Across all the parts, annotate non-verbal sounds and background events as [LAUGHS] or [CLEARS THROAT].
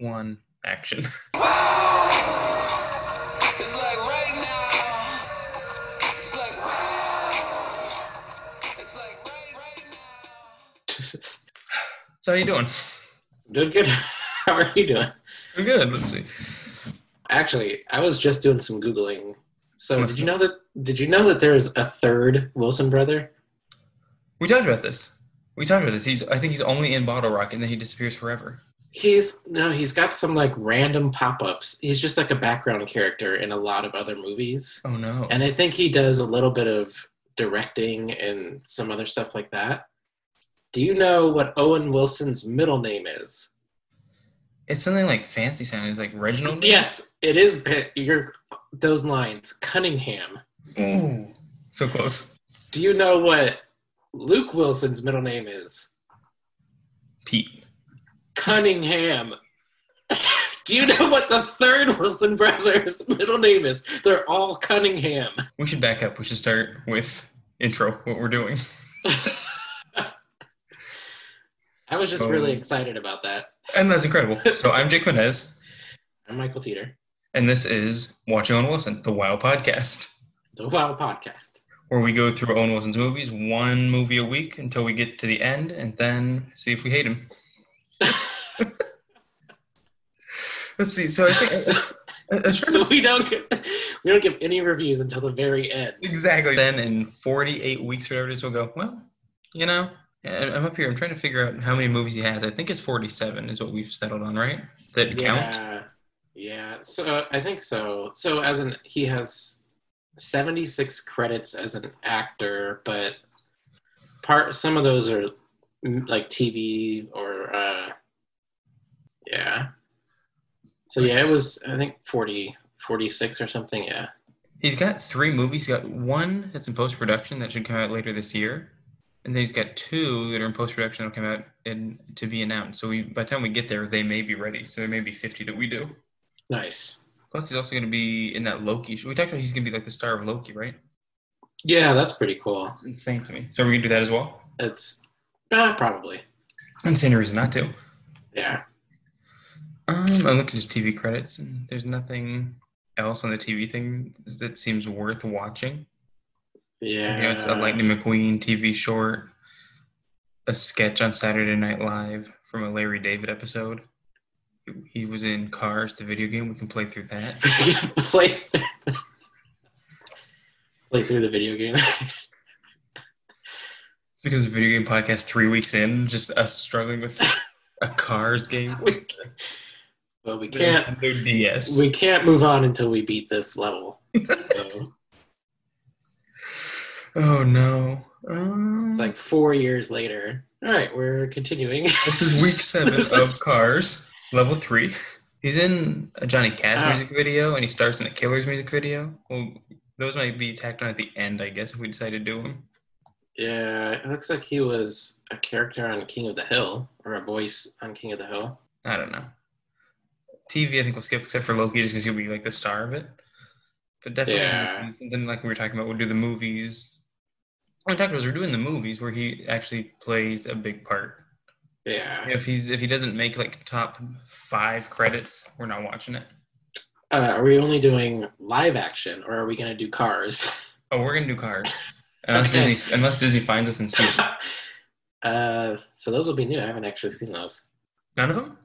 one, action. [LAUGHS] It's like right now. It's like It's like right right now. so how you doing? [LAUGHS] Doing good. How are you doing? I'm good. Let's see. Actually, I was just doing some googling. So What's did you know that? Did you know that there is a third Wilson brother? We talked about this. We talked about this. He's I think he's only in Bottle Rock, and then he disappears forever. He's no, he's got some like random pop-ups. He's just like a background character in a lot of other movies, Oh no. and I think he does a little bit of directing and some other stuff like that. Do you know what Owen Wilson's middle name is? it's something like fancy sounding. It's like Reginald. Yes, it is. Your those lines, Cunningham. Ooh. So close. Do you know what Luke Wilson's middle name is? Pete. Cunningham. [COUGHS] Do you know what the third Wilson brothers' [LAUGHS] middle name is? They're all Cunningham. We should back up. We should start with intro. What we're doing. I was just Oh. really excited about that. And that's incredible. So I'm Jake Menez, I'm Michael Teeter, and this is Watching Owen Wilson, the WoW podcast, the Wow Podcast. where we go through Owen Wilson's movies, one movie a week, until we get to the end, and then see if we hate him. [LAUGHS] Let's see. So I [LAUGHS] think I- I'm trying to- so we don't get, we don't give any reviews until the very end. exactly. Then in 48 weeks, whatever it is, we'll go. Well, you know, I- I'm up here. I'm trying to figure out how many movies he has. I think it's 47 is what we've settled on, right? That count. Yeah, yeah. So I think so. So as an he has seventy six credits as an actor, but part some of those are mm, like TV or uh, yeah. So yeah, it was I think 40, 46 or something. Yeah, He's got three movies. He's got one that's in post production that should come out later this year, and then he's got two that are in post production that'll come out and to be announced. So we, by the time we get there, they may be ready. So there may be 50 that we do. nice. Plus, he's also going to be in that Loki. We talked about he's going to be like the star of Loki, right? Yeah, that's pretty cool. That's insane to me. So we can do that as well. It's uh, probably Insane reason not to. yeah. Um, I'm looking at his TV credits, and there's nothing else on the TV thing that seems worth watching. Yeah, You know, it's a Lightning McQueen TV short, a sketch on Saturday Night Live from a Larry David episode. He was in Cars, the video game. We can play through that. [LAUGHS] play through play through the video game. [LAUGHS] Because a video game podcast three weeks in, just us struggling with a Cars game. [LAUGHS] we, well, we can't Nintendo DS. we can't move on until we beat [LAUGHS] this level. So, Oh no. Um, it's like four years later. All right, we're continuing. This [LAUGHS] is week seven This of is- Cars, level three. He's in a Johnny Cash Ah. music video, and he stars in a Killers music video. Well, those might be tacked on at the end, I guess, if we decide to do them. yeah, it looks like he was a character on King of the Hill or a voice on King of the Hill. I don't know. TV, I think we'll skip, except for Loki, just because he'll be like the star of it. But definitely, Yeah. movies. and then like we were talking about, we'll do the movies. What we talked about is we're doing the movies where he actually plays a big part. Yeah, If he's if he doesn't make like top five credits, we're not watching it. uh, are we only doing live action or are we gonna do Cars? [LAUGHS] Oh, we're gonna do cars. Unless Okay. Disney, unless Disney finds us and sues. us. uh, so those will be new. I haven't actually seen those. None of them.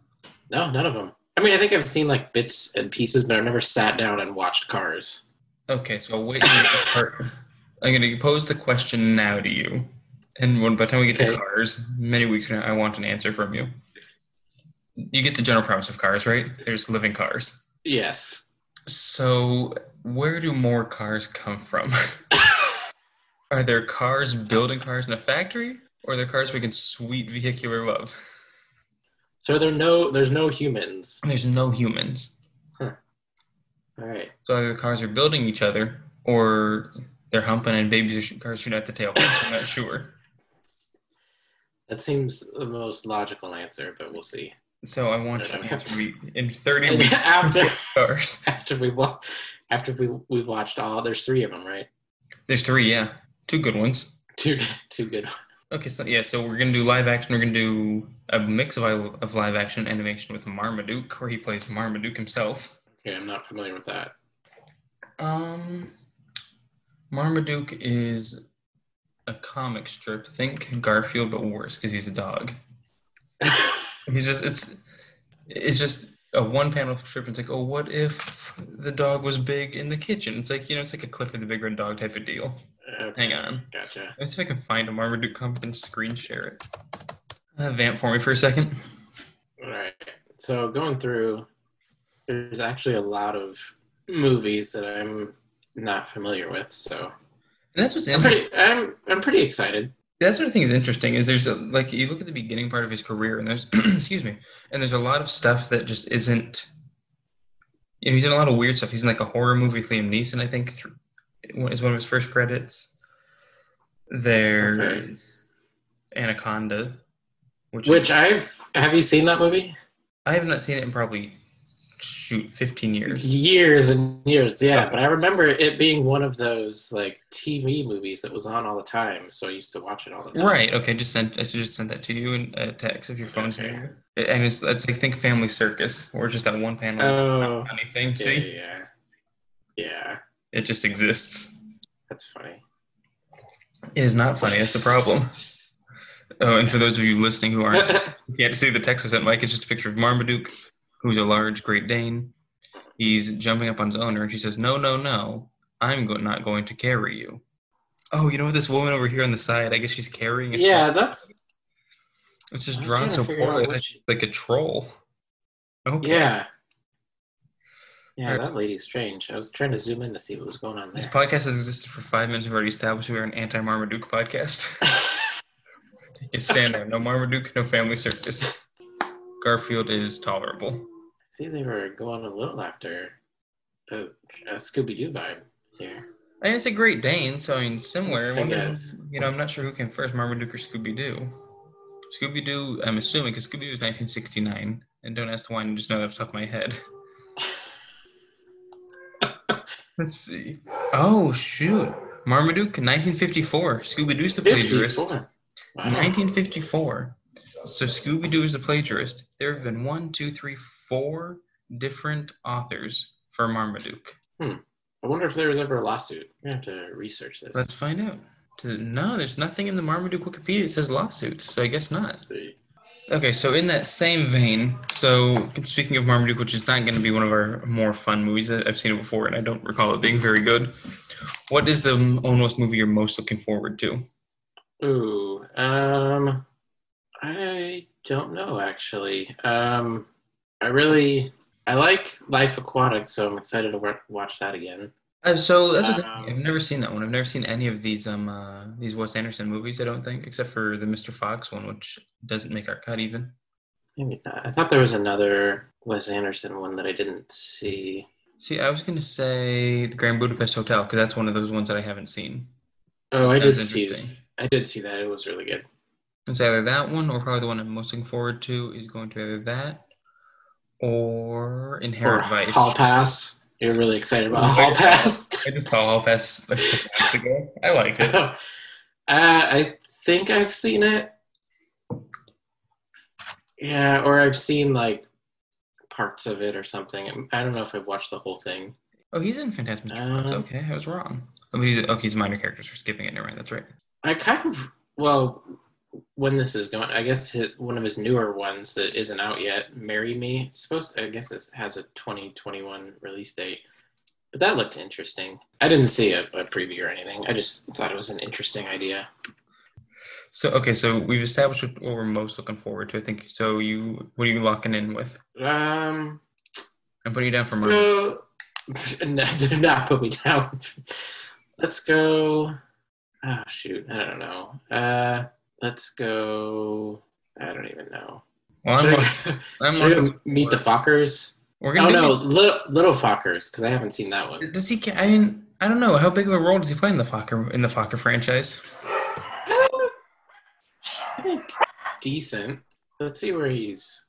No, none of them. I mean, I think I've seen like bits and pieces, but I've never sat down and watched Cars. Okay, so wait. till we get to car- I'm gonna pose the question now to you, and when, by the time we get to Okay. cars, many weeks from now, I want an answer from you. You get the general premise of cars, right? There's living cars. Yes. So where do more cars come from? [LAUGHS] Are there cars building cars in a factory, or are there cars making sweet vehicular love? So there no there's no humans. There's no humans. All right. So either the cars are building each other, or they're humping and babies are sh- cars shooting at the tail. I'm not sure. That seems the most logical answer, but we'll see. So I want you to answer me in 30 [LAUGHS] And weeks. after Cars. after we wa- after we we've watched all there's three of them, right? There's three, yeah, two good ones. Two two good. Okay, so yeah, so we're gonna do live action. We're gonna do a mix of of live action animation with Marmaduke, where he plays Marmaduke himself. Okay, I'm not familiar with that. [LAUGHS] Um, Marmaduke is a comic strip. Think Garfield, but worse because he's a dog. he's just it's it's just a one panel strip. It's like, oh, what if the dog was big in the kitchen? It's like you know, it's like a Clifford the Big Red Dog type of deal. Okay, Hang on, Gotcha. let's see if I can find a Marmaduke comic and screen share it. Uh, vamp for me for a second. All right. So going through, there's actually a lot of movies that I'm not familiar with. So And that's what's I'm interesting. pretty, I'm, I'm pretty excited. That's what I think is interesting is there's a, like you look at the beginning part of his career and there's [CLEARS THROAT] excuse me and there's a lot of stuff that just isn't. You know, he's in a lot of weird stuff. He's in like a horror movie with Liam Neeson, I think, th- is one of his first credits. There's Anaconda, which Which I've have you seen that movie? I have not seen it in probably shoot 15 years. Years and years, yeah. But I remember it being one of those like TV movies that was on all the time, so I used to watch it all the time. Right. Okay. Just sent. I should just send that to you in a text if your phone's Okay. near you. And it's it's like think Family Circus or just that one panel. Oh, funny thing. [LAUGHS] yeah, See, yeah, yeah. it just exists. That's funny. It is not funny. That's the [LAUGHS] problem. Oh, and for those of you listening who aren't you can't see the text I sent Mike, it's just a picture of Marmaduke, who's a large Great Dane. He's jumping up on his owner, and she says, "No, no, no! I'm go- not going to carry you." Oh, you know what? This woman over here on the side, I guess she's carrying. A yeah, that's it's I just was drawn trying to so figure out poorly, what like, [LAUGHS] she- like a troll. Okay. yeah. Yeah, Alright. that lady's strange. I was trying to zoom in to see what was going on This there. podcast has existed for five minutes. We've already established we are an anti-Marmaduke podcast. [LAUGHS] It's standard. No Marmaduke, no family circus. Garfield is tolerable. [LAUGHS] see, they were going a little after a, a Scooby Doo vibe here. And it's a Great Dane, so I mean, similar. I wonder- guess. You know, I'm not sure who came first, Marmaduke or Scooby Doo. Scooby Doo, I'm assuming, because Scooby Doo was 1969. And don't ask why, I just know that off the top of my head. Let's see. Oh, shoot. Marmaduke, 1954. Scooby Doo's the plagiarist. 54. Wow. 1954. So Scooby Doo is the plagiarist. There have been one, two, three, four different authors for Marmaduke. I wonder if there was ever a lawsuit. We have to research this. Let's find out. To- No, there's nothing in the Marmaduke Wikipedia that says lawsuits, so I guess not. see. Okay, so in that same vein, so speaking of Marmaduke, which is not going to be one of our more fun movies, I- I've seen it before and I don't recall it being very good. What is the almost movie you're most looking forward to? Ooh, um, I don't know actually. Um, I really I like Life Aquatic, so I'm excited to wa- watch that again. Uh, so that's what Um, I've never seen that one. I've never seen any of these um uh, these Wes Anderson movies. I don't think, except for the Mr. Fox one, which doesn't make our cut even. Maybe not. I thought there was another Wes Anderson one that I didn't see. See, I was gonna say the Grand Budapest Hotel because that's one of those ones that I haven't seen. Oh, I That was did see. interesting. I did see that. It was really good. It's either that one or probably the one I'm most looking forward to is going to be either that or Or Inherent Vice. [LAUGHS] Hall Pass. You're really excited about I'm Hall very Pass. I just [LAUGHS] saw Hall Pass like two months ago. I liked it. uh, I think I've seen it. Yeah, or I've seen like parts of it or something. Um, I don't know if I've watched the whole thing. Oh, he's in Fantastic Mr. Fox. Um, Okay, I was wrong. Oh, he's okay. He's a minor characters. We're skipping it. Never mind. That's right. I kind of well, when this is going, I guess hit one of his newer ones that isn't out yet, "Marry Me," it's supposed to, I guess it has a 2021 release date. But that looked interesting. I didn't see a, a preview or anything. I just thought it was an interesting idea. So okay, so we've established what we're most looking forward to. I think so. You, what are you locking in with? Um, I'm putting you down for Let's Marmaduke. go. [LAUGHS] No, do not put me down. [LAUGHS] Let's go. Ah, shoot. I don't know. Uh, let's go. I don't even know. Well, I'm, Should lock- I, [LAUGHS] I'm should I locking. go meet the Fockers? We're Oh gonna no, do. little, little Fockers, because I haven't seen that one. Does he? ca- I mean, I don't know. How big of a role does he play in the Fokker in the Fokker franchise? I think decent. Let's see where he's.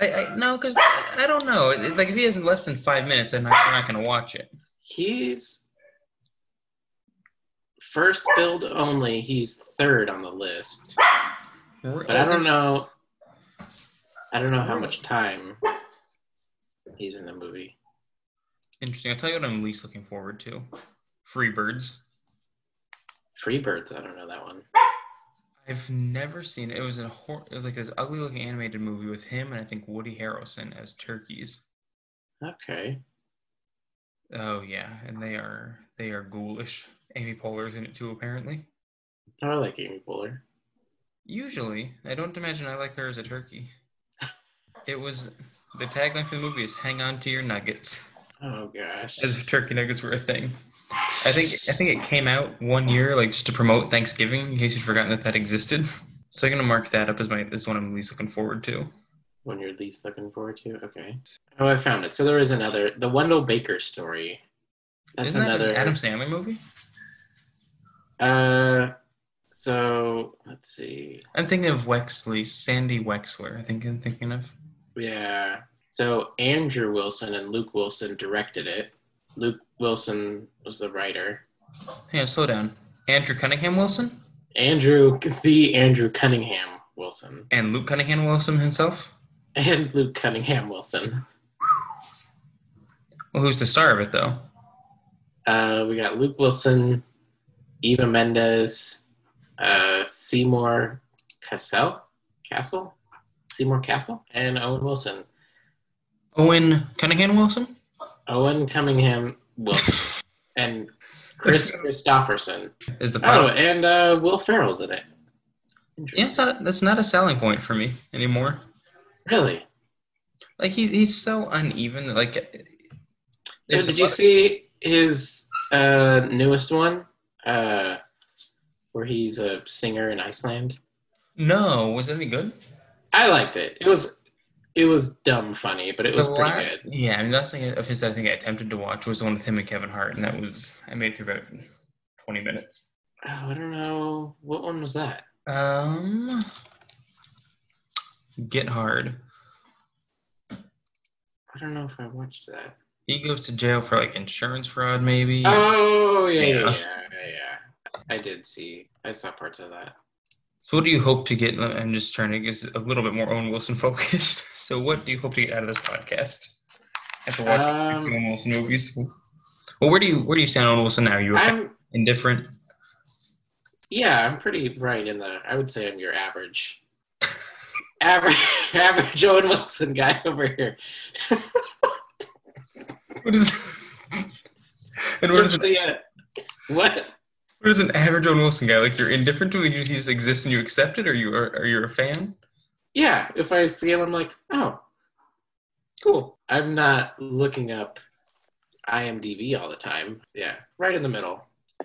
I, I no, because I don't know. It- like if he has less than five minutes, I'm not, I'm not gonna watch it. He's first build only, he's third on the list. But I don't know. I don't know how much time he's in the movie. Interesting. I'll tell you what I'm least looking forward to. Free Birds. Freebirds, I don't know that one. I've never seen it. It was a hor- it was like this ugly looking animated movie with him and I think Woody Harrelson as turkeys. Okay. Oh yeah, and they are they are ghoulish. Amy Poehler's in it too apparently. I like Amy Poehler. Usually, I don't imagine I like her as a turkey. It was the tagline for the movie is "Hang on to your nuggets," Oh gosh. as if turkey nuggets were a thing. I think I think it came out one year, like just to promote Thanksgiving, in case you'd forgotten that that existed. So I'm gonna mark that up as my as one I'm least looking forward to. One you're least looking forward to. Okay. Oh, I found it. So there is another, the Wendell Baker story. That's Isn't another. that an Adam Sandler movie? Uh, so let's see. I'm thinking of Wexley, Sandy Wexler. I think I'm thinking of. Yeah. So Andrew Wilson and Luke Wilson directed it. Luke Wilson was the writer. Hang on, slow down. Andrew Cunningham Wilson Andrew, the Andrew Cunningham Wilson, and Luke Cunningham Wilson himself. and Luke Cunningham Wilson. Well, who's the star of it though? Uh, we got Luke Wilson, Eva Mendes, uh, Seymour Cassell, Castle, Seymour Castle, and Owen Wilson. Owen Cunningham Wilson. Owen Cunningham Wilson, and Chris Christopherson. is the pilot. Oh, and uh, Will Ferrell's in it. yeah, it's not, that's not a selling point for me anymore. Really? Like he, he's so uneven. Like, there's a Did you lot of- see his uh, newest one, uh, where he's a singer in Iceland? No, was it any good? I liked it. It was it was dumb funny, but it was The pretty la- good. Yeah, I mean, the last thing of his that I think I attempted to watch was the one with him and Kevin Hart, and that was I made it through about twenty minutes. Oh, I don't know what one was that. Um, Get Hard. I don't know if I watched that. He goes to jail for like insurance fraud, maybe. Oh yeah, yeah, Yeah. yeah, yeah. I did see. I saw parts of that. so, what do you hope to get? I'm just trying to get a little bit more Owen Wilson focused. [LAUGHS] so, what do you hope to get out of this podcast after watching? Um, Owen Wilson movies. Well, where do you where do you stand on Owen Wilson now? Are you a fan? I'm indifferent? yeah, I'm pretty right in the. I would say I'm your average, [LAUGHS] average, [LAUGHS] average Owen Wilson guy over here. What is? [LAUGHS] and what It's is, an, the, uh, what? what is an average Owen Wilson guy like? You're indifferent to it. You just exist and you accept it, or you are are you a fan? Yeah, if I see him, I'm like, oh, cool. I'm not looking up IMDb all the time. Yeah, right in the middle.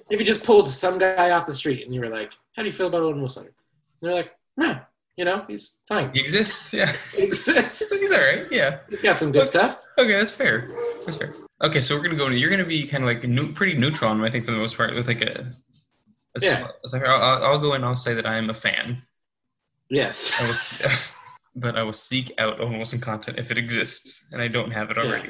If you just pulled some guy off the street and you were like, how do you feel about Owen Wilson? And they're like, no, you know, he's fine. He exists. Yeah, [LAUGHS] [LAUGHS] He exists. he's all right. Yeah. He's got some good stuff. Okay, that's fair. That's fair. Okay, so we're gonna go. You're gonna be kind of like new, pretty neutral, on him, I think for the most part, with like a. a Yeah. sm- I'll, I'll- I'll go and I'll say that I am a fan. I Yes. will, s- [LAUGHS] but I will seek out Owen Wilson content if it exists, and I don't have it Yeah. already.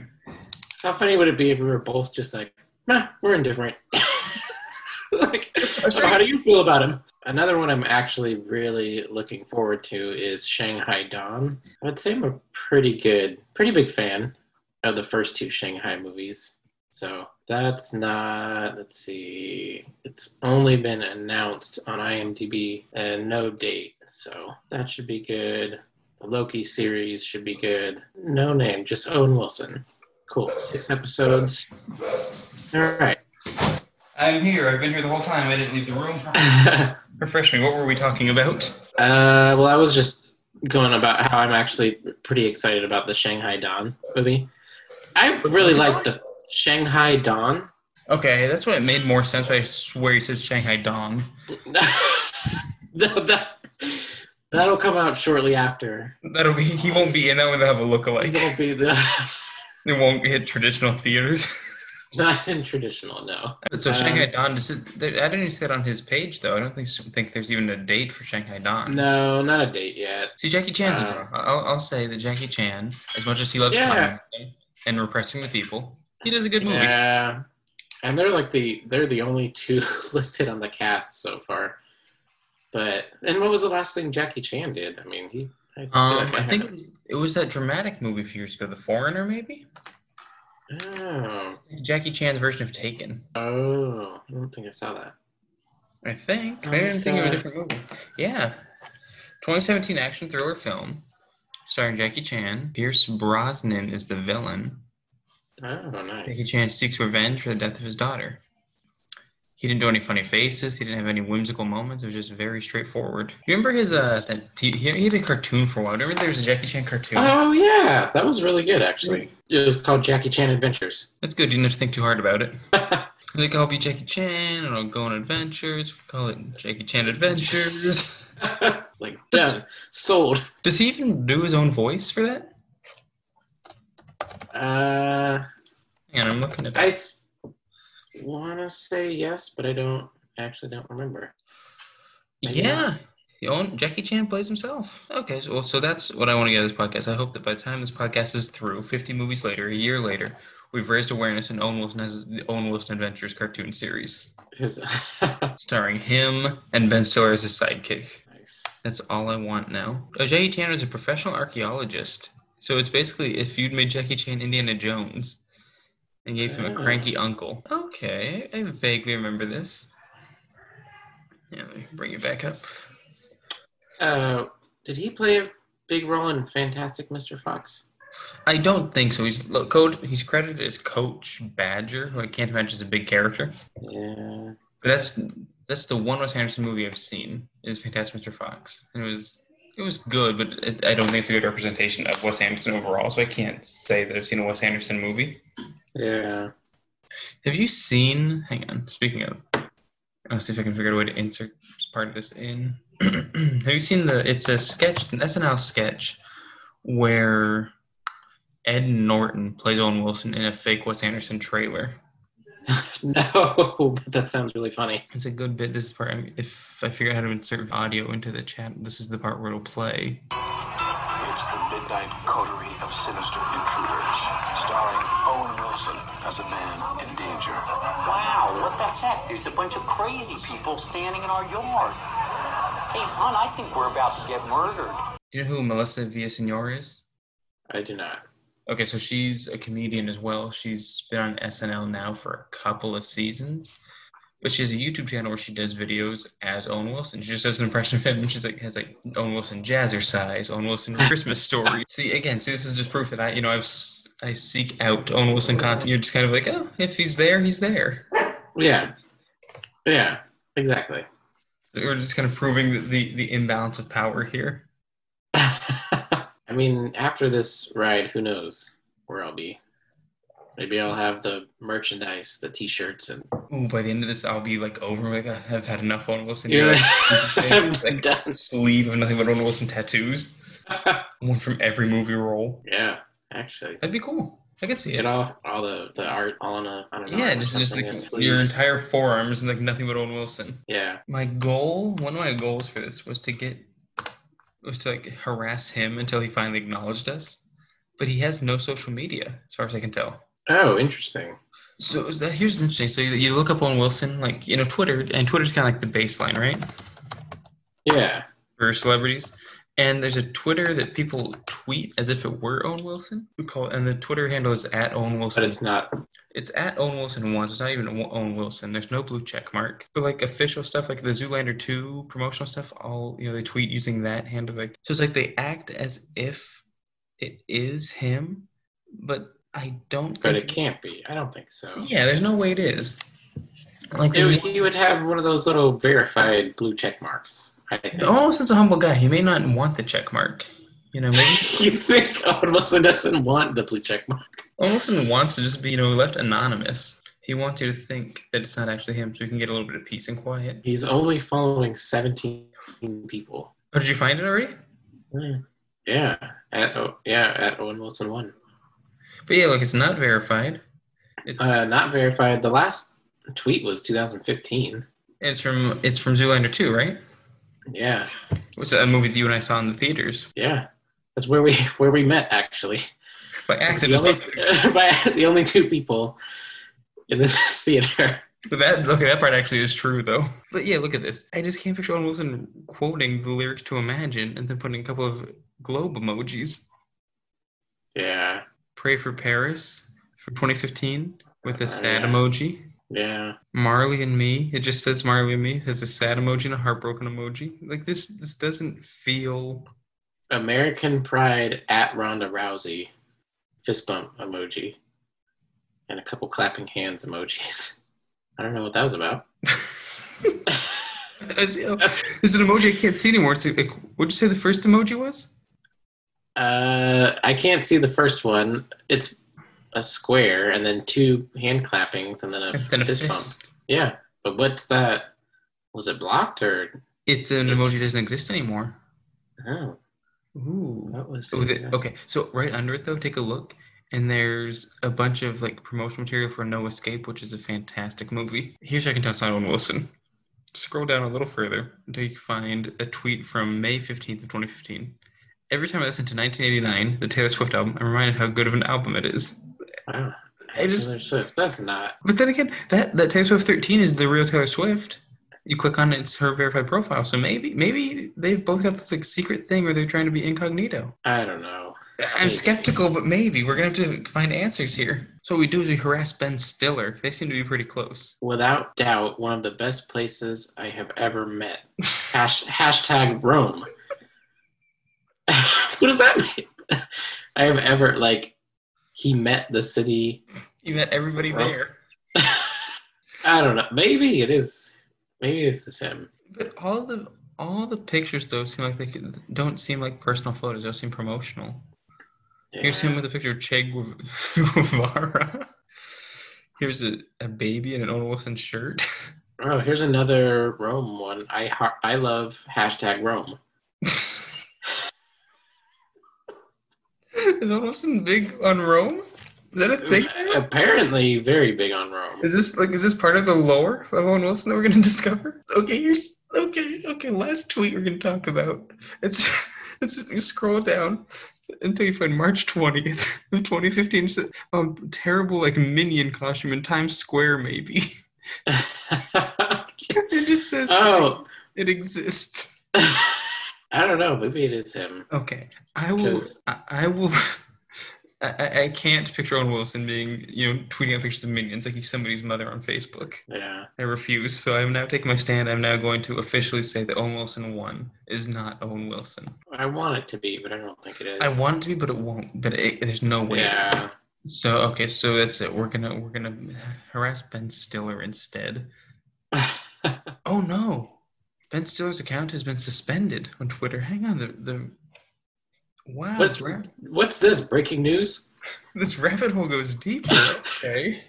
How funny would it be if we were both just like, nah, we're indifferent. [LAUGHS] like, right. "Oh, how do you feel about him? Another one I'm actually really looking forward to is Shanghai Dawn. I would say I'm a pretty good, pretty big fan of the first two Shanghai movies. So that's not, let's see, it's only been announced on IMDb and no date. So that should be good. The Loki series should be good. No name, just Owen Wilson. Cool. Six episodes. All right. [LAUGHS] I'm here. I've been here the whole time. I didn't leave the room. uh, Refresh me. What were we talking about? well, I was just going about how I'm actually pretty excited about the Shanghai Dawn movie. I really like the Shanghai Dawn. [LAUGHS] Okay, that's what it made more sense. But I swear you said Shanghai Dong. No, that, that'll come out shortly after. That'll be. He won't be in that one. They'll have a lookalike. It'll be the, [LAUGHS] It won't hit traditional theaters. [LAUGHS] not in traditional, no. so Um, Shanghai Don. Does it, there- I didn't see that on his page though. I don't think think there's even a date for Shanghai Don. No, not a date yet. See, Jackie Chan's a Uh, draw. I'll, I'll say that Jackie Chan, as much as he loves Yeah. comedy and repressing the people, he does a good movie. Yeah. and they're like the they're the only two [LAUGHS] listed on the cast so far. But and what was the last thing Jackie Chan did? I mean, he. I, feel [LAUGHS] Um, like I think it haven't- was, it was that dramatic movie a few years ago, The Foreigner, maybe. Oh, Jackie Chan's version of Taken. oh, I don't think I saw that. I think. Oh, Maybe I'm it's thinking of a that. different movie. Yeah. 2017 action thriller film starring Jackie Chan. Pierce Brosnan is the villain. Oh, Jackie nice. Chan seeks revenge for the death of his daughter. He didn't do any funny faces. He didn't have any whimsical moments. It was just very straightforward. You remember his uh, that t- he, he had a cartoon for a while. Remember there was a Jackie Chan cartoon. Oh yeah, that was really good actually. It was called Jackie Chan Adventures. [LAUGHS] That's good. You didn't have to think too hard about it. oh They call me Jackie Chan, and I'll go on adventures. We call it Jackie Chan Adventures. [LAUGHS] like done, sold. Does he even do his own voice for that? Uh, Hang on, I'm looking at. I th- want to say yes, but I don't actually don't remember. yeah, He own- Jackie Chan plays himself. Okay, so, well, so that's what I want to get out of this podcast. I hope that by the time this podcast is through, 50 movies later, a year later, we've raised awareness, and Owen Wilson has the Owen Wilson Adventures cartoon series His- [LAUGHS] starring him and Ben Stiller as his sidekick. nice. That's all I want now. Oh, Jackie Chan was a professional archaeologist. So it's basically if you'd made Jackie Chan Indiana Jones and gave him a Oh. cranky uncle. Okay, I vaguely remember this. Yeah, let me bring it back up. Uh, did he play a big role in Fantastic Mr. Fox? I don't think so. He's look, code. He's credited as Coach Badger, who I can't imagine is a big character. Yeah. But that's that's the one Wes Anderson movie I've seen is Fantastic Mr. Fox, and it was it was good, but it, I don't think it's a good representation of Wes Anderson overall. So I can't say that I've seen a Wes Anderson movie. Yeah. [LAUGHS] Have you seen? Hang on. Speaking of, I'll see if I can figure out a way to insert part of this in. [CLEARS THROAT] Have you seen the? It's a sketch, an SNL sketch, where Ed Norton plays Owen Wilson in a fake Wes Anderson trailer. No, [LAUGHS] but that sounds really funny. It's a good bit. This is part. I mean, if I figure out how to insert audio into the chat, this is the part where it'll play. It's the Midnight Coterie of Sinister Intruders, starring Owen Wilson as a man in danger. Wow, what the heck? There's a bunch of crazy people standing in our yard. Hey, hon, I think we're about to get murdered. Do you know who Melissa Villaseñor is? I do not. Okay, so she's a comedian as well. She's been on SNL now for a couple of seasons, but she has a YouTube channel where she does videos as Owen Wilson. She just does an impression of him, and she's like has like Owen Wilson jazzercise, Owen Wilson Christmas story. See again, see this is just proof that I you know I've s- I seek out Owen Wilson content. You're just kind of like oh, if he's there, he's there. Yeah. Yeah. Exactly. [LAUGHS] We're just kind of proving the the, the imbalance of power here. I mean, after this ride, who knows where I'll be? Maybe I'll have the merchandise, the T-shirts, and Ooh, by the end of this, I'll be like over like I've had enough Owen Wilson. yeah, [LAUGHS] I'm Like, like, done. sleeve of nothing but Owen Wilson tattoos. [LAUGHS] One from every movie role. Yeah, actually, That'd be cool. I could see get it. all all the the art all on a on an yeah, arm or just, just something, like a sleeve. your entire forearms and like nothing but Owen Wilson. yeah. My goal, one of my goals for this was to get was to like harass him until he finally acknowledged us. But he has no social media, as far as I can tell. Oh, interesting. So that, here's interesting. So you, you look up Owen Wilson, like you know Twitter, and Twitter's kind of like the baseline, right? Yeah. for celebrities. And there's a Twitter that people tweet as if it were Owen Wilson. We call and the Twitter handle is at Owen Wilson. But it's not. it's at Owen Wilson once. It's not even Owen Owen Wilson. There's no blue check mark. But like official stuff, like the Zoolander two promotional stuff, all you know, they tweet using that handle. Like so, it's like they act as if it is him, but I don't. But it think, can't be. I don't think so. Yeah, there's no way it is. Like Dude, there's he would have one of those little verified blue check marks. I think. Owen Wilson's a humble guy. He may not want the check mark. You know, maybe [LAUGHS] you think [LAUGHS] Owen Wilson doesn't want the blue check mark? Olson wants to just be, you know, left anonymous. He wants you to think that it's not actually him, so we can get a little bit of peace and quiet. He's only following 17 people. Hmm. Oh, did you find it already? Yeah, at O- yeah at Owen Wilson one. But yeah, look, it's not verified. It's, Uh, not verified. The last tweet was 2015. it's from it's from Zoolander 2, right? Yeah, It was a movie that you and I saw in the theaters yeah, that's where we [LAUGHS] where we met actually. by The accident. [LAUGHS] only, by, the only two people in this [LAUGHS] theater. But [LAUGHS] that look that part actually is true though. But yeah, look at this. I just can't picture Owen Wilson quoting the lyrics to Imagine and then putting a couple of globe emojis. Yeah, Pray for Paris for 2015 with a sad Yeah. emoji. yeah. Marley and me. It just says Marley and me. It has a sad emoji and a heartbroken emoji. Like this this doesn't feel [LAUGHS] American Pride at Ronda Rousey, fist bump emoji, and a couple clapping hands emojis. [LAUGHS] I don't know what that was about. [LAUGHS] I see- oh, There's an emoji I can't see anymore. It's like, what'd you say the first emoji was? Uh, I can't see the first one. It's a square and then two hand clappings and then a, And then a fist, bump. fist. Yeah, but what's that? Was it blocked or? It's an emoji that doesn't exist anymore. Oh, Ooh. that was So the- okay, so right under it though, take a look, and there's a bunch of like promotional material for No Escape, which is a fantastic movie. Here's how I can tell it's not Owen Wilson. Scroll down a little further until you find a tweet from May 15th of 2015. Every time I listen to 1989, the Taylor Swift album, I'm reminded how good of an album it is. Wow. I just- Taylor Swift. That's not. But then again, that that Taylor Swift 13 is the real Taylor Swift. You click on it, it's her verified profile. So maybe maybe they've both got this like secret thing where they're trying to be incognito. I don't know. I'm skeptical, but maybe we're gonna have to find answers here. So what we do is we harass Ben Stiller. They seem to be pretty close. Without doubt, one of the best places I have ever met. Hash, hashtag Rome. [LAUGHS] what does that mean? I have ever like he met the city. You met everybody Well. there, I don't know. Maybe it is. Maybe this is him. but all the all the pictures though seem like they could, don't seem like personal photos. Those seem promotional. Here's him Yeah. with a picture of Che Guev- [LAUGHS] Guevara. Here's a, a baby in an Owen Wilson shirt. [LAUGHS] Oh, here's another Rome one. I har- I love hashtag Rome. Is Owen Wilson big on Rome? Is that a thing? now? Apparently, very big on Rome. Is this like is this part of the lore of Owen Wilson that we're gonna [LAUGHS] discover? Okay, here's okay, okay. Last tweet we're gonna talk about. It's [LAUGHS] it's you scroll down until you find March twentieth [LAUGHS] of twenty fifteen. A terrible like minion costume in Times Square, maybe. [LAUGHS] it just says [LAUGHS] oh, [LAUGHS] it exists. I don't know. Maybe it is him. Okay, I will. 'Cause- I, I will. [LAUGHS] I, I- I can't picture Owen Wilson being, you know, tweeting out pictures of minions like he's somebody's mother on Facebook. Yeah. I refuse. So I'm now taking my stand. I'm now going to officially say that Owen Wilson won is not Owen Wilson. I want it to be, but I don't think it is. I want it to be, but it won't. But it, there's no way. Yeah. So okay, so that's it. We're gonna we're gonna harass Ben Stiller [LAUGHS] instead. Oh no, Ben Stiller's account has been suspended on Twitter. Hang on, the the wow, What's- this, rap, What's this? Breaking news? this rabbit hole goes deep. [LAUGHS] okay.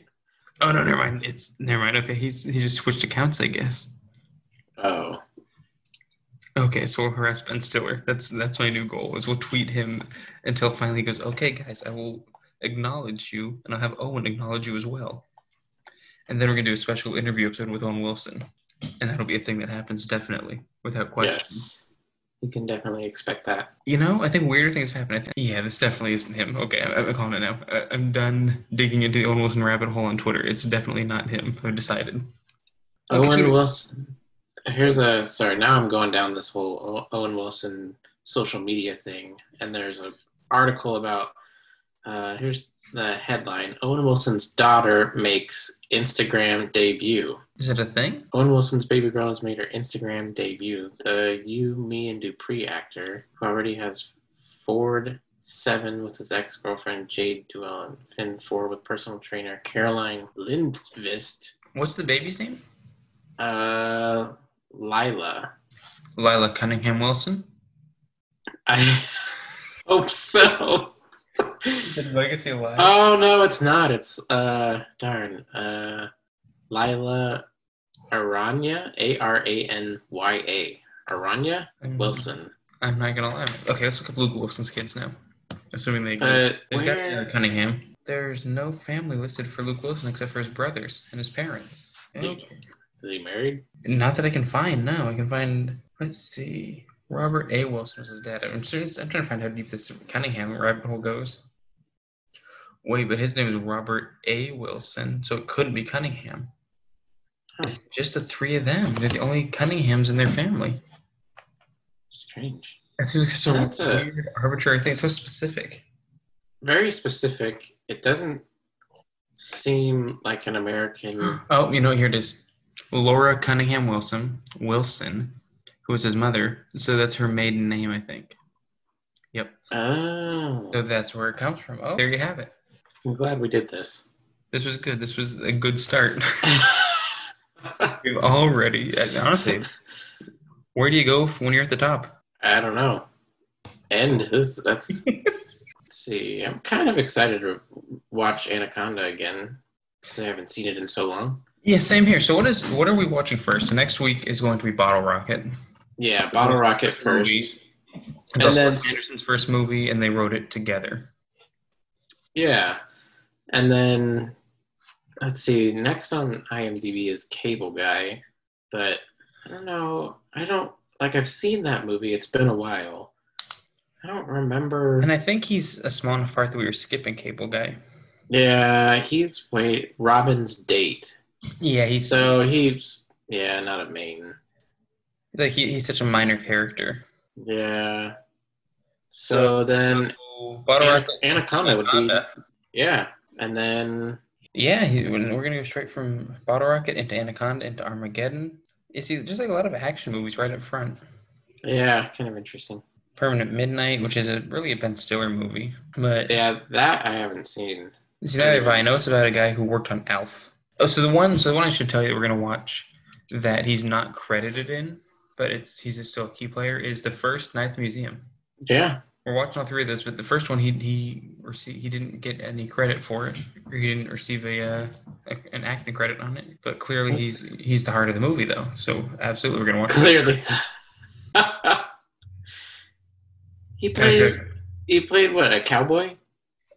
Oh no, never mind. It's never mind. Okay, he's he just switched accounts, I guess. Oh. Okay, so we'll harass Ben Stiller. That's that's my new goal. Is we'll tweet him until finally he goes, okay, guys, I will acknowledge you, and I'll have Owen acknowledge you as well. And then we're gonna do a special interview episode with Owen Wilson, and that'll be a thing that happens definitely without question. Yes. You can definitely expect that. You know, I think weirder things have happened. I think, yeah, this definitely isn't him. Okay, I, I'm calling it now. I, I'm done digging into the Owen Wilson rabbit hole on Twitter. It's definitely not him. I've decided. Okay, Owen so- Wilson. Here's a sorry. Now I'm going down this whole O- Owen Wilson social media thing, and there's an article about. Uh, here's the headline: Owen Wilson's daughter makes Instagram debut. Is that a thing? Owen Wilson's baby girl has made her Instagram debut. The You, Me, and Dupree actor, who already has Ford Seven with his ex-girlfriend Jade Duell and Finn Four with personal trainer Caroline Lindvist. What's the baby's name? Uh, Lila. [LAUGHS] Lila Cunningham Wilson. I hope so. Legacy Lila. Oh no, it's not. It's uh, darn. Uh, Lila Aranya, A R A N Y A, Aranya I'm- Wilson. I'm not gonna lie. Okay, let's look up Luke Wilson's kids now. Assuming they exist. But There's got to be Uh, where another Cunningham. There's no family listed for Luke Wilson except for his brothers and his parents. Is he- Okay. is he married? Not that I can find. No, I can find. Let's see. Robert A. Wilson was his dad. I'm, certain, I'm trying to find how deep this Cunningham rabbit hole goes. Wait, but his name is Robert A. Wilson, so it couldn't be Cunningham. It's just the three of them. They're the only Cunninghams in their family. Strange. That seems like such a That's a- weird, arbitrary thing. So specific. Very specific. It doesn't seem like [GASPS] an American. Oh, you know, here it is. Laura Cunningham Wilson, Wilson, who was his mother. So that's her maiden name, I think. Oh, So that's where it comes from. Oh, there you have it. I'm glad we did this. This was good. This was a good start. [LAUGHS] We've already, uh, honestly, where do you go when you're at the top? [LAUGHS] I don't know. And this, that's. let's see, I'm kind of excited to watch Anaconda again because I haven't seen it in so long. Yeah, same here. So what is what are we watching first? So next week is going to be Bottle Rocket. Yeah, Bottle Rocket first. It's And also then- Anderson's first movie, and they wrote it together. Yeah, and then let's see. Next on IMDb is Cable Guy, but I don't know. I don't like. I've seen that movie. It's been a while. I don't remember. And I think he's a small enough part that we were skipping Cable Guy. yeah, he's wait Robin's date. Yeah, he's So he's yeah, not a main. like he, he's such a minor character. Yeah. So then Bottle Ana- Rocket, Anaconda would be Anaconda. yeah, and then Yeah, he, when we're gonna go straight from Bottle Rocket into Anaconda into Armageddon. You see, just like a lot of action movies right up front. yeah, kind of interesting. Permanent Midnight, which is a really a Ben Stiller movie, but Yeah, that I haven't seen. See, neither have I. I know it's about a guy who worked on Alf. Oh, so the one, so the one I should tell you that we're gonna watch that he's not credited in, but it's he's just still a key player is the first Night at the Museum. Yeah. We're watching all three of those, but the first one he he received, he didn't get any credit for it. Or he didn't receive a, uh, a- an acting credit on it. But clearly he's he's the heart of the movie though. So absolutely we're gonna watch. it. [LAUGHS] clearly. he played. He played what? A cowboy?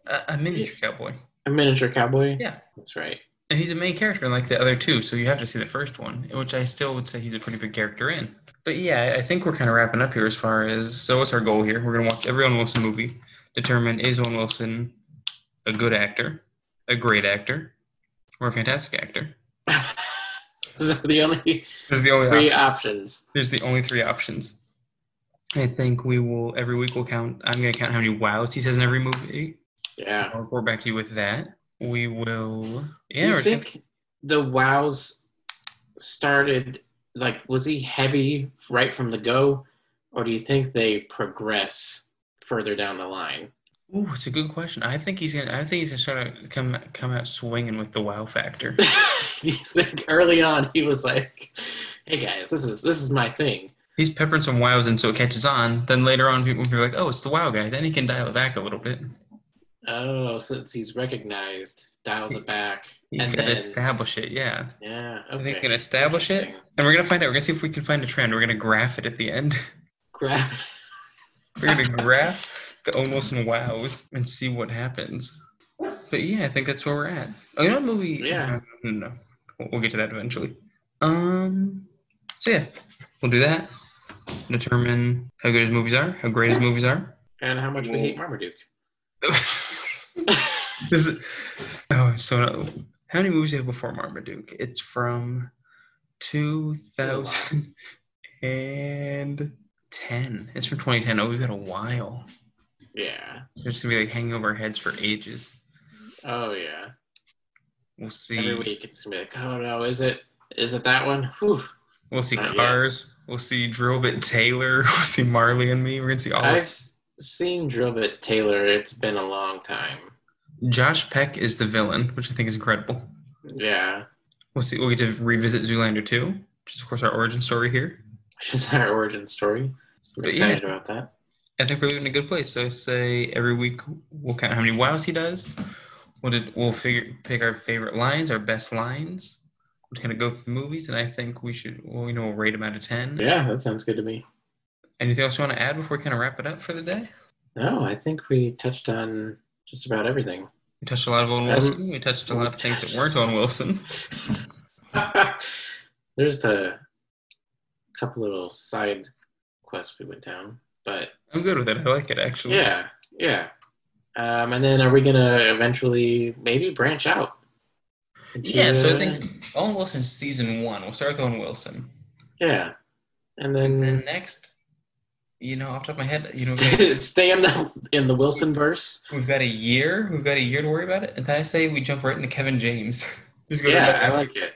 A, a miniature cowboy, A miniature cowboy? Yeah. that's right. [LAUGHS] and he's a main character in like the other two. So you have to see the first one, which I still would say he's a pretty big character in. But yeah, I think we're kind of wrapping up here as far as so. What's our goal here? We're gonna watch every Owen Wilson movie, determine is Owen Wilson a good actor, a great actor, or a fantastic actor. These are the only This is the only three option. options. There's the only three options. I think we will every week we'll count. I'm gonna count how many wows he says in every movie. Yeah. I'll report back to you with that. We will. Yeah, we're Do you just- think the wows started like was he heavy right from the go, or do you think they progress further down the line? [LAUGHS] Ooh, it's a good question. I think he's gonna. I think he's gonna sort of come come out swinging with the wow factor. [LAUGHS] do you think early on he was like, "Hey guys, this is this is my thing." he's peppering some wows in so it catches on. Then later on, people will be like, "Oh, it's the wow guy." Then he can dial it back a little bit. Oh, since he's recognized, dials it back, He's and got to then establish it. Yeah, yeah, I think okay. he's gonna establish it, Interesting. and we're gonna find out. We're gonna see if we can find a trend. We're gonna graph it at the end. [LAUGHS] Grab. We're gonna graph the almost and wows and see what happens. But yeah, I think that's where we're at. Oh, you know, what movie. Yeah. No, no, no. We'll- we'll get to that eventually. Um. So yeah, we'll do that. Determine how good his movies are, how great his movies are. [LAUGHS] And how much we hate Marmaduke. this is, oh, so how many movies do you have before Marmaduke? It's from two thousand and ten. It's from twenty ten. Oh, we've got a while. Yeah. They're just gonna be like hanging over our heads for ages. Oh yeah. We'll Every see. week it's gonna be like, oh no, is it is it that one? Whew. We'll see Not yet. Cars. We'll see Drillbit Taylor. [LAUGHS] We'll see Marley and Me. We're gonna see all. I've s- seen Drillbit Taylor. It's been a long time. Josh Peck is the villain, which I think is incredible. Yeah. [LAUGHS] We'll see. We'll get to revisit Zoolander two, which is of course our origin story here. Which is our origin story. I'm But excited about that. I think we're in a good place. So I say every week we'll count how many wows he does. We'll did, we'll figure pick our favorite lines, our best lines. We're just gonna go through the movies, and I think we should. Well, you know, we'll rate them out of ten. Yeah, that sounds good to me. Anything else you want to add before we kind of wrap it up for the day? No, I think we touched on just about everything. We touched a lot of Owen Um, Wilson. we touched a lot of things that weren't Owen Wilson. [LAUGHS] There's a couple little side quests we went down, but I'm good with it. I like it actually. yeah, yeah. Um, and then are we gonna eventually maybe branch out? Yeah, so I into- uh, think Owen Wilson's season one. We'll start with Owen Wilson. yeah, and And then then next, you know, off the top of my head, you know, [LAUGHS] we've got- stay, stay in the in the Wilson verse. we've got a year. We've got a year to worry about it. And then I say we jump right into Kevin James. [LAUGHS] Who's gonna Yeah, be- I like it.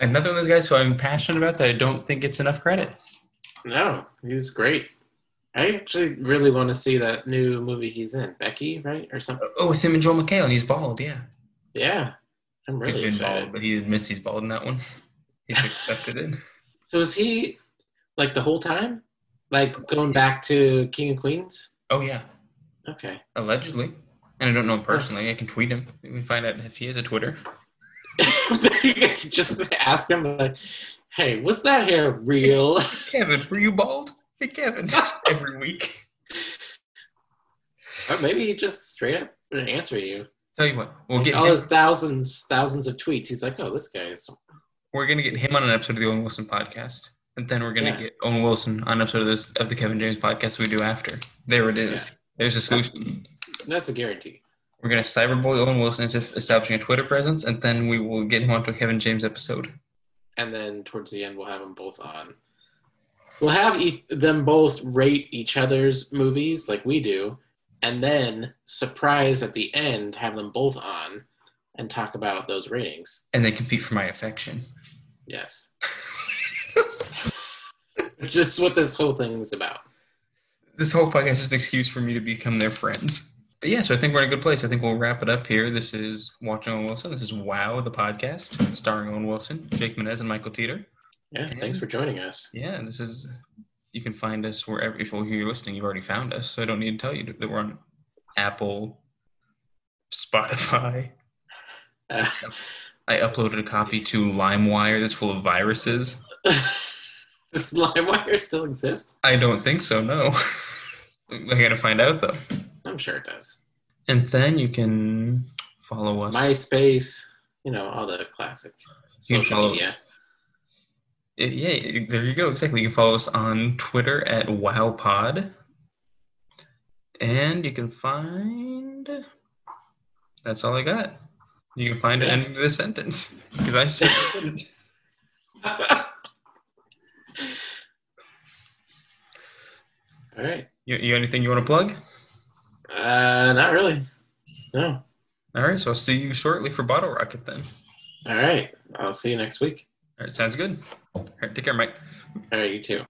another one of those guys who I'm passionate about that I don't think gets enough credit. No, he's great. I actually really want to see that new movie he's in, Becky, right, or something. Oh, with him and Joel McHale, and he's bald. Yeah, Yeah, I'm really he's been bald, excited. but he admits he's bald in that one. He's accepted it. So is he like the whole time, like going back to King of Queens? Oh yeah, Okay. [LAUGHS] allegedly. And I don't know him personally. I can tweet him. We can find out if he has a Twitter. Just ask him like, "Hey, was that hair real?" [LAUGHS] Kevin, were you bald? Hey, Kevin, [LAUGHS] every week. or maybe he just straight up would answer you. Tell you what, we'll get All him, his thousands, thousands of tweets. He's like, "Oh, this guy is." we're gonna get him on an episode of the Owen Wilson podcast, and then we're gonna Yeah. get Owen Wilson on an episode of this of the Kevin James podcast we do after. There it is. There's a solution. That's a guarantee. We're gonna cyberbully Owen Wilson into establishing a Twitter presence, and then we will get him onto a Kevin James episode. And then towards the end, we'll have them both on. We'll have e- them both rate each other's movies like we do, and then surprise at the end, have them both on and talk about those ratings. and they compete for my affection. Yes. [LAUGHS] Just what this whole thing is about. This whole podcast is just an excuse for me to become their friends. But yeah, so I think we're in a good place. I think we'll wrap it up here. This is Watching Owen Wilson. This is Wow, the podcast starring Owen Wilson, Jake Menez, and Michael Teeter. Yeah. Thanks for joining us. [LAUGHS] Yeah, and this is. You can find us wherever. If well, you're listening, you've already found us, so I don't need to tell you that we're on Apple, Spotify. Uh, I uploaded a copy to LimeWire that's full of viruses. does LimeWire still exist? I don't think so. No, [LAUGHS] I gotta find out though. I'm sure it does. And then you can follow us. MySpace, you know, all the classic You can social follow- media. Yeah, yeah, there you go. Exactly. You can follow us on Twitter at WowPod. And you can find. That's all I got. You can find it Yeah. end of this sentence because I said [LAUGHS] it didn't. all right. you, you got anything you want to plug? Uh, not really. No. All right, so I'll see you shortly for Bottle Rocket then. All right. I'll see you next week. All right, sounds good. All right, take care, Mike. All right. You too.